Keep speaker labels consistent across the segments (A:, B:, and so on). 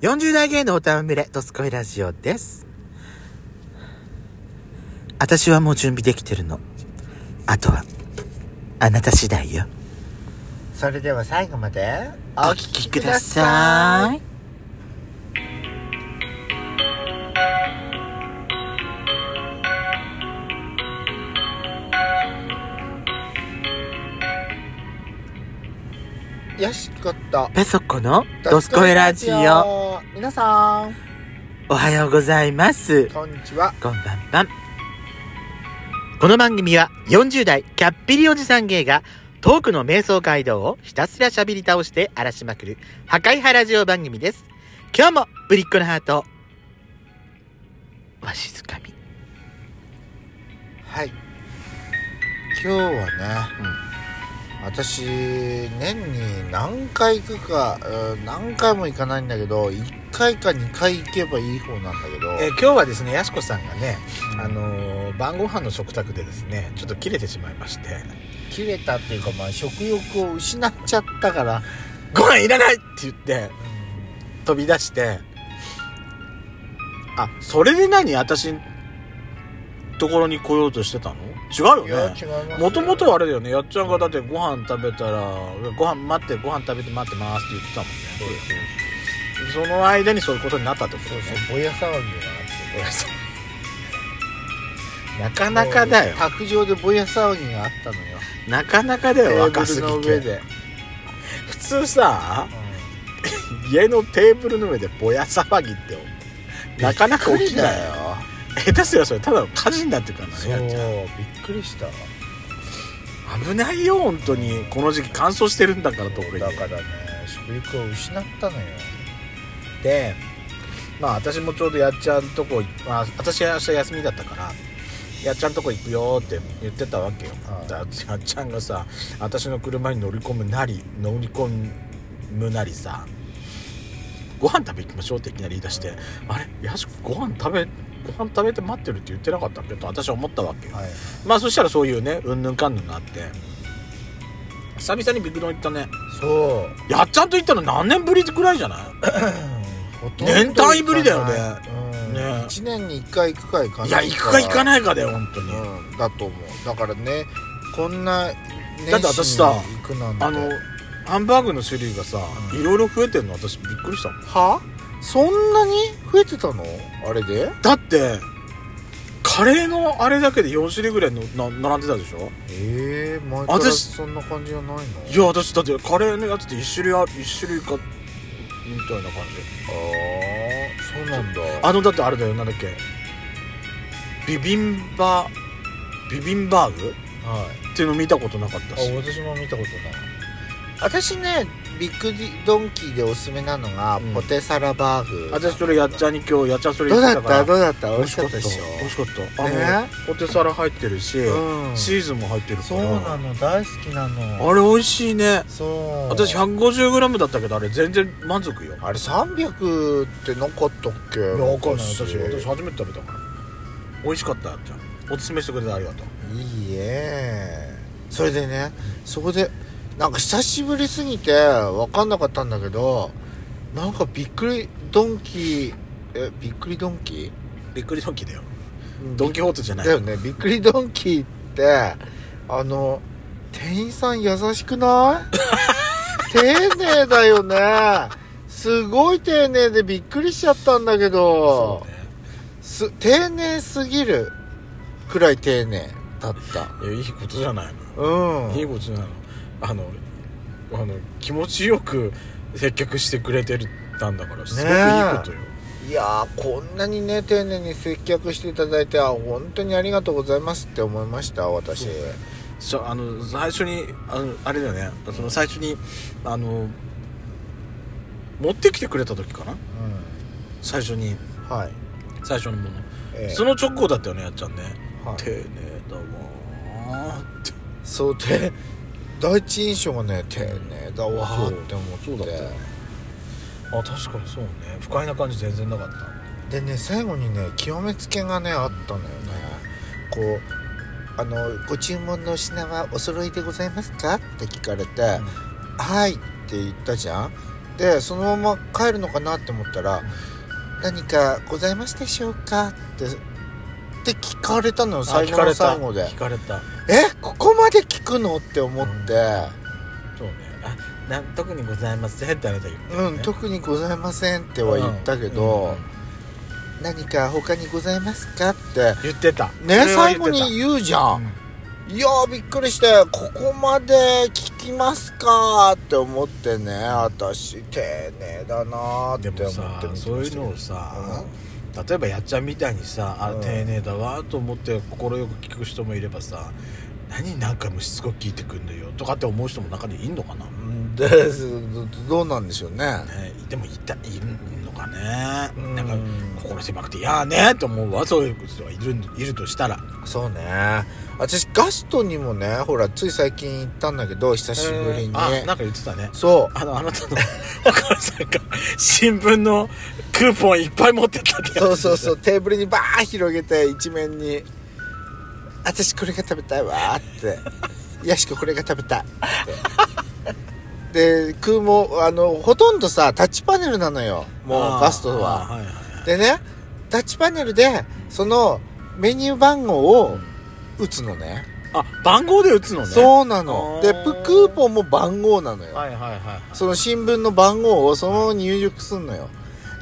A: 40代芸のおたんびれ、ドスコイラジオです。私はもう準備できてるの。あとは、あなた次第よ。
B: それでは最後までお
A: お聞
B: 聞
A: き
B: き
A: く
B: く
A: だ
B: だ
A: さ
B: さ
A: い
B: い。よしこと
A: ペソコのドスコイラジオ。
B: 皆さん
A: おはようございます。
B: こんにちは
A: こんばんは。この番組は40代キャッピリおじさん芸がトークの瞑想街道をひたすら喋り倒して荒らしまくる破壊派ラジオ番組です。今日もぶりっ子のハートをわしづかみ。
B: はい今日はね、私年に何回行くかうん何回も行かないんだけど1回か2回行けばいい方なんだけど
C: えー今日はですねやしこさんがね、
B: うん
C: あのー晩ご飯の食卓でですねちょっと切れてしまいまして
B: 切れたっていうか、まあ、食欲を失っちゃったから、
C: 「ご飯いらない!」って言って飛び出してあそれで何私んところに来ようとしてたの違う
B: いや
C: よ
B: 違
C: ね
B: います
C: もともと
B: は
C: あれだよねやっちゃんがだってご飯食べたら「ご飯待ってご飯食べて待ってます」って言ってたもんね
B: そうですね
C: その間にそういうことになったってこと
B: そう
C: ね
B: そうぼや騒ぎがあってね
C: なかなかだよ
B: 卓上でぼや騒ぎがあったのよ
C: なかなかだよ
B: テー
C: 若
B: ブ
C: す
B: ル
C: ぎ
B: の上
C: て
B: で、
C: 普通さ家のテーブルの上でぼや騒ぎってなかなか起きないよ下手すりゃそれただの火事になってくから
B: そう
C: ねやっちゃ
B: びっくりした
C: ん危ないよ本当にこの時期乾燥してるんだからと俺
B: だからね食欲を失ったのよ
C: でまあ私もちょうどやっちゃんとこ、まあ、私は明日休みだったからやっちゃんとこ行くよって言ってたわけよ
B: はい
C: だってやっちゃんがさ私の車に乗り込むなり乗り込むなりさご飯食べ行きましょうっていきなり言い出してあれやしこご飯食べご飯食べて待ってるって言ってなかったっけと私は思ったわけよ、
B: はい
C: まあそしたらそういうねうんぬんかんぬんがあって久々にビクドン行ったね
B: そう
C: やっちゃんと行ったの何年ぶりくらいじゃない
B: ほとんど
C: 年単位ぶりだよね
B: うん
C: ねえ
B: 1年に1回行くか行かない
C: いや行くか行か
B: い、
C: ないかだよ本当に、
B: うん、だと思うだからねこんな
C: だって私さ
B: 年始に行くなんて
C: あのハンバーグの種類がさ、
B: うん
C: いろいろ増えてんの私びっくりしたもん
B: はそんなに増えてたのあれで
C: だってカレーのあれだけで4種類ぐらいのな並んでたでしょ
B: ええ前から
C: 私
B: そんな感じじゃないの
C: いや私だってカレーのやつって1種類あ1種類かみたいな
B: あ
C: 感じ
B: あそうなんだ
C: あのだってあれだよなんだっけビビンバビビンバーグ
B: はい
C: っていうの見たことなかったし
B: 私も見たことない私ねビッグドンキーでおすすめなのが、
C: うん
B: ポテサラバーグ
C: 私それやっちゃんに今日やっちゃんそれ
B: どう
C: 言っ
B: だ
C: てた
B: った
C: から
B: どうだった美味
C: 美味
B: し
C: し
B: かっ
C: かった
B: でし
C: た美
B: ょ
C: 味しかったあの、
B: ね
C: ポテサラ入ってるし、
B: うん
C: チーズも入ってるか
B: そう
C: ら
B: なの大好きなの
C: あれ美味しいね
B: そう
C: 私 150g だったけどあれ全然満足よ
B: あれ300ってなかったっけ
C: いやわかんない私
B: 昔
C: 私初めて食べたから美味しかったよじゃんおすすめしてくれてありがとう
B: いいえそれでねそこでなんか久しぶりすぎて分かんなかったんだけどなんかびっくりドンキーえびっくりドンキ
C: びっくりドンキーだよ
B: ー
C: ドン・キホーテじゃない
B: だよねびっくりドンキーってあの店員さん優しくない 丁寧だよねすごい丁寧でびっくりしちゃったんだけど
C: そ
B: す
C: うね
B: 丁寧すぎるくらい丁寧だった
C: いやいいことじゃないのよ
B: うん
C: いいことじゃないのあのあの気持ちよく接客してくれてたんだからすごくいいことよ、
B: いやーこんなにね丁寧に接客していただいてあ本当にありがとうございますって思いました私、
C: しょあの最初にあのあれだよねその最初にあの持ってきてくれた時かな
B: う
C: 最初に
B: ん、はい、
C: 最初のもの、
B: ええ
C: その直後だったよねやっちゃんね、
B: はい
C: 丁寧だわーって
B: そうで第一印象がね丁寧だわーって思って
C: そうそうだったよねあ確かにそうね不快な感じ全然なかった
B: でね最後にね極めつけがねあったのよねこうあの「ご注文の品はお揃いでございますか?」って聞かれて「はい」って言ったじゃんでそのまま帰るのかなって思ったら「何かございましたでしょうか?」ってって聞かれたのよ
C: あ
B: 最
C: 聞
B: 後
C: か
B: の
C: れた
B: 最後で
C: 聞かれた
B: 「えここまで聞くの?」って思って。
C: そうねあなん特にございませんってあなた言ってる、ね、
B: うん、特にございませんっては言ったけど、何か他にございますかって
C: 言ってた
B: ね
C: それは
B: 最
C: 言ってた
B: 後に言うじゃ、
C: うんん
B: いやーびっくりしてここまで聞きますかって思ってね私丁寧だなーって
C: で
B: 思
C: も
B: って
C: さ
B: 見て
C: そう
B: ま
C: い
B: し
C: う
B: た
C: の
B: よ
C: をさ、例えばやっちゃんみたいにさあ
B: うん
C: 丁寧だわと思って快く聞く人もいればさ何何回もしつこく聞いてくんのよとかって思う人も中にいんのかな、ね、
B: うんですどどうなんでしょうね
C: でもいたいるのかね、
B: うん
C: なんか心狭くて「いやーね」と思うわそういう人がいるんいるとしたら
B: そうね私ガストにもねほらつい最近行ったんだけど久しぶりに、
C: えーあなんか言ってたね
B: そう
C: あのあなたの お母さんが新聞のクーポンいっぱい持ってったってやつ
B: そうそうそううテーブルにバーン広げて一面に「私これが食べたいわ」って「ヤシコこれが食べたい」ってで空もあのほとんどさタッチパネルなのよもうガストは
C: はいはい
B: でねタッチパネルでそのメニュー番号を打つのね
C: あ番号で打つのね
B: そうなの
C: あ
B: で
C: ー
B: プクーポンも番号なのよ
C: はいはいはいはい
B: その新聞の番号をそのまま入力すんのよ。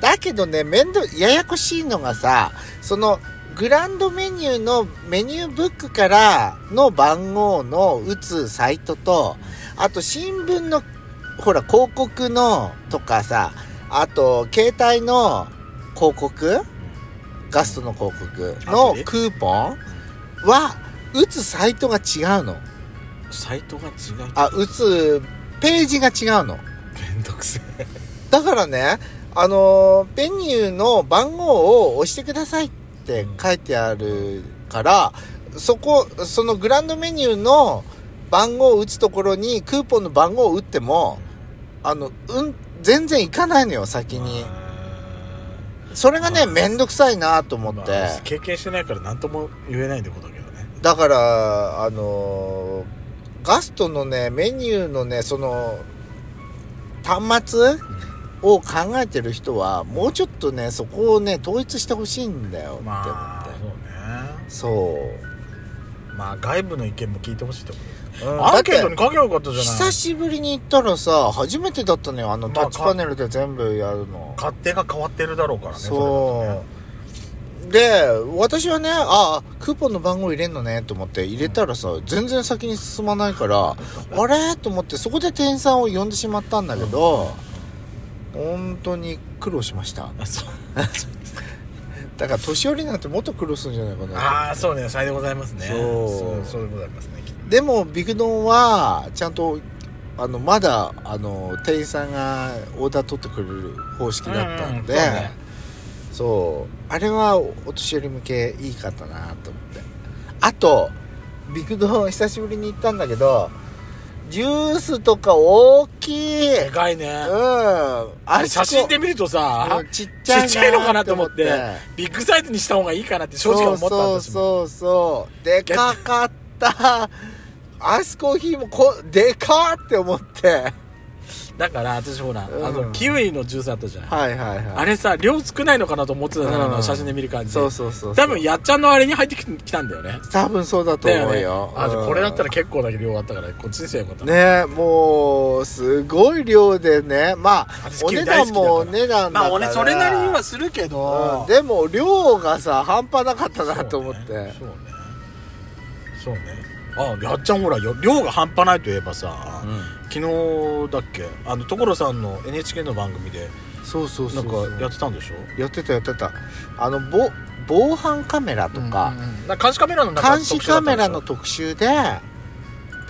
B: だけどね、面倒、ややこしいのがさ、その、グランドメニューのメニューブックからの番号の打つサイトと、あと新聞の、ほら、広告のとかさ、あと、携帯の広告ガストの広告のクーポンは、打つサイトが違うの。
C: サイトが違う
B: あ、打つページが違うの。
C: めんどくせえ
B: だからね、あのーメニューの番号を押してくださいって書いてあるから、そこ、そのグランドメニューの番号を打つところにクーポンの番号を打っても、あの、うん、全然いかないのよ、先に。それがね、
C: まあ
B: めんどくさいなと思
C: 思
B: って。
C: 経験してないから何とも言えないってことだけどね
B: だからあのーガストのねメニューのねその端末を考えてる人はもうちょっとねそこをね統一してほしいんだよって思って、
C: まあそうね
B: そう、
C: まあ外部の意見も聞いてほしいってこ
B: うん
C: とアンケートに書けばよかったじゃない
B: 久しぶりに行ったらさ初めてだったのよあの
C: まあ
B: タッチパネルで全部やるの、
C: 勝手が変わってるだろうからね
B: そうで私はねあクーポンの番号入れんのねと思って入れたらさ全然先に進まないからあれと思ってそこで店員さんを呼んでしまったんだけど本当に苦労しました
C: あそう
B: だから年寄りなんてもっと苦労するんじゃないかな
C: あーそうねさようでございますね
B: そう
C: そうそうでございますねきっ
B: でもビグドンはちゃんとあのまだあの店員さんがオーダー取ってくれる方式
C: と
B: だったんで、
C: うそうね
B: そうあれはお年寄り向けいいかったなと思ってあとビッグドン久しぶりに行ったんだけどジュースとか大きいうん
C: でかいねあ
B: あ
C: れ写真で
B: 見
C: 見るとさ
B: ちっち
C: ち
B: ゃい
C: っちゃいのかなと思って
B: な
C: ビッグサイズにした方がいいかなって正直
B: そう
C: 思った
B: そう
C: 私も
B: そうそうでかかったアイスコーヒーもこでかーって思って
C: だから私ほらあ
B: う
C: の
B: ん
C: キウイのジュースあったじゃん
B: はいはいはい
C: あれさ量少ないのかなと思ってたのよあ
B: う
C: の
B: ん
C: 写真で見る感じ
B: そうそうそうそう
C: 多分やっちゃんのあれに入ってききたんだよね
B: 多分そうだと
C: だ
B: 思うよ
C: よねあじゃあ
B: うん
C: これだったら結構だけ量あったからこっちにせよかった
B: ねもうすごい量でねまあ
C: 私
B: お
C: キウ
B: 値
C: イ大好
B: 段
C: きだか
B: もお値段だ
C: らま
B: か
C: あ
B: ら
C: 俺それなりにはするけ
B: うん
C: ど
B: でも量がさ半端なかったなと思って
C: そうねそうねそうねあやっちゃんほらよ量が半端ないといえばさ昨日だっけあの所さんの NHK の番組で
B: そうそうそ
C: な
B: うんそう
C: かやってたんでしょ
B: やってたやってたあのぼ防犯カメラとか、
C: うんうんうんなんか監視カメラの中
B: 監視カメラの
C: 特
B: 特集でだ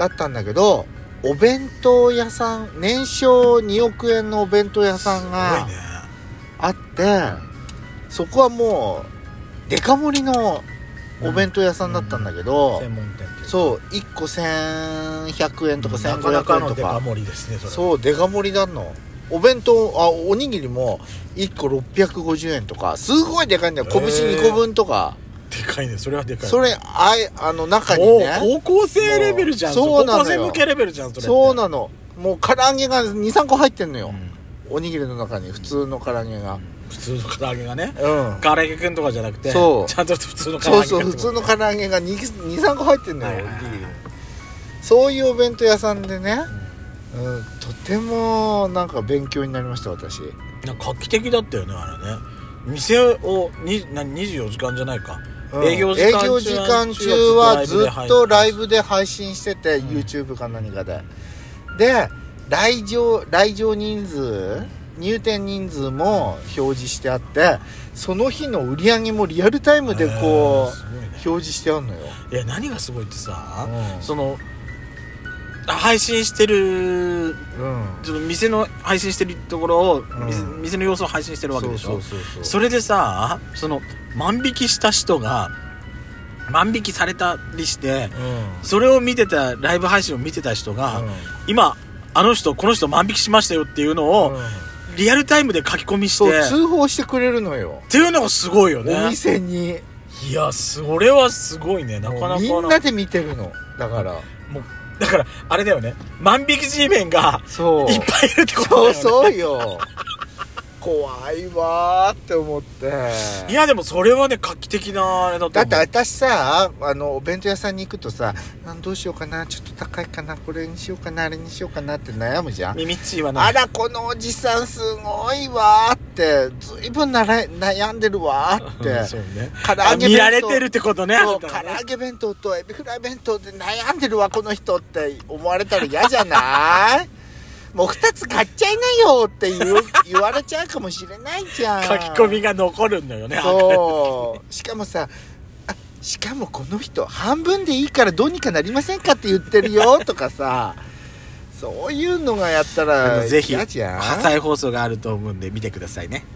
B: ったんだけどお弁当屋さん年商2億円のお弁当屋さん
C: 集だった
B: が
C: んでしょ
B: あってそこはもうデカ盛りのお弁当屋さんだったんだけど、
C: すごいね専門店っていう
B: そう1個1100円とか
C: なかなか
B: 1500円
C: の
B: と
C: デカ
B: か
C: 盛りですねそれう
B: そうデカ盛りなのお弁当あおにぎりも1個650円とかすごいでかいんだよ
C: へー
B: 拳2個分とか
C: でかいねそれはでかい
B: それあいあの中に
C: もう
B: ね
C: 高校生レベルじゃん
B: そうなのよ
C: 高校生向けレベルじゃんそれって
B: そうなのもう唐揚げが23個入ってんのよ
C: うん
B: おにぎりの中に普通の唐揚げが
C: 普通の唐揚げがね
B: うん
C: 唐揚げくんとかじゃなくて
B: そう
C: ちゃんと普通の唐揚
B: そうそ
C: げ
B: う
C: くん
B: 普
C: ってこと
B: 通の唐揚げが23個入ってんの
C: は
B: よ
C: い
B: お
C: はいはい
B: にぎりにそういうお弁当屋さんでね、うん、とてもなんか勉強になりました私
C: なんか画期的だったよねあれね店をにな24時間じゃないか、
B: うん
C: 営業時間中
B: 営業時間中はずっとライブで配信してて、
C: ん
B: YouTube か何かでで来場来場人数入店人数も表示してあってその日の売り上げもリアルタイムでこ
C: えーす
B: う
C: ごいね
B: 表示してあるのよ、
C: いや何がすごいってさ、
B: うん
C: そのあ配信して
B: う
C: る
B: ん、
C: ちょっと店の配信してるところを、
B: ん
C: 店店の様子を配信してるわけでしょ
B: そうそうそうそう
C: それでさその万引きした人が万引きされたりして
B: う
C: それを見てたライブ配信を見てた人が、
B: ん
C: 今あの人この人万引きしましたよっていうのを、
B: うん
C: リアルタイムで書き込みし
B: そう
C: てっ
B: 通報してくれるのよ
C: ていうのがすごいよね
B: お店に
C: いやそれはすごいねなかなか
B: みんなで見てるのだから
C: だからあれだよね万引き G メンが
B: そう
C: いっぱいいるってことだ
B: そ
C: よね
B: うそうよ怖いわーって思って
C: いやでもそれはね画期的なあれだと思う
B: だって私さあのお弁当屋さんに行くとさなんどうしようかなちょっと高いかなこれにしようかなあれにしようかなって悩むじゃん
C: ミミッチーはな
B: あらこのおじさんすごいわーってずいぶんなら悩んでるわーっ
C: うん
B: て
C: そうね
B: 唐
C: あ
B: 揚げ弁当
C: 見られてるってことね
B: そう
C: あ
B: 唐
C: なたは
B: 揚
C: ね
B: げ弁当とエビフライ弁当で悩んでるわこの人って思われたら嫌じゃない もう2つ買っちゃいなよって言う 言われちゃうかもしれないじゃん
C: 書き込みが残るんだよね
B: そうしかもさあしかもこの人半分でいいからどうにかなりませんかって言ってるよとかさそういうのがやった
C: あ
B: ら
C: のぜひ
B: 嫌じゃん
C: 再放送があると思うんで見てくださいね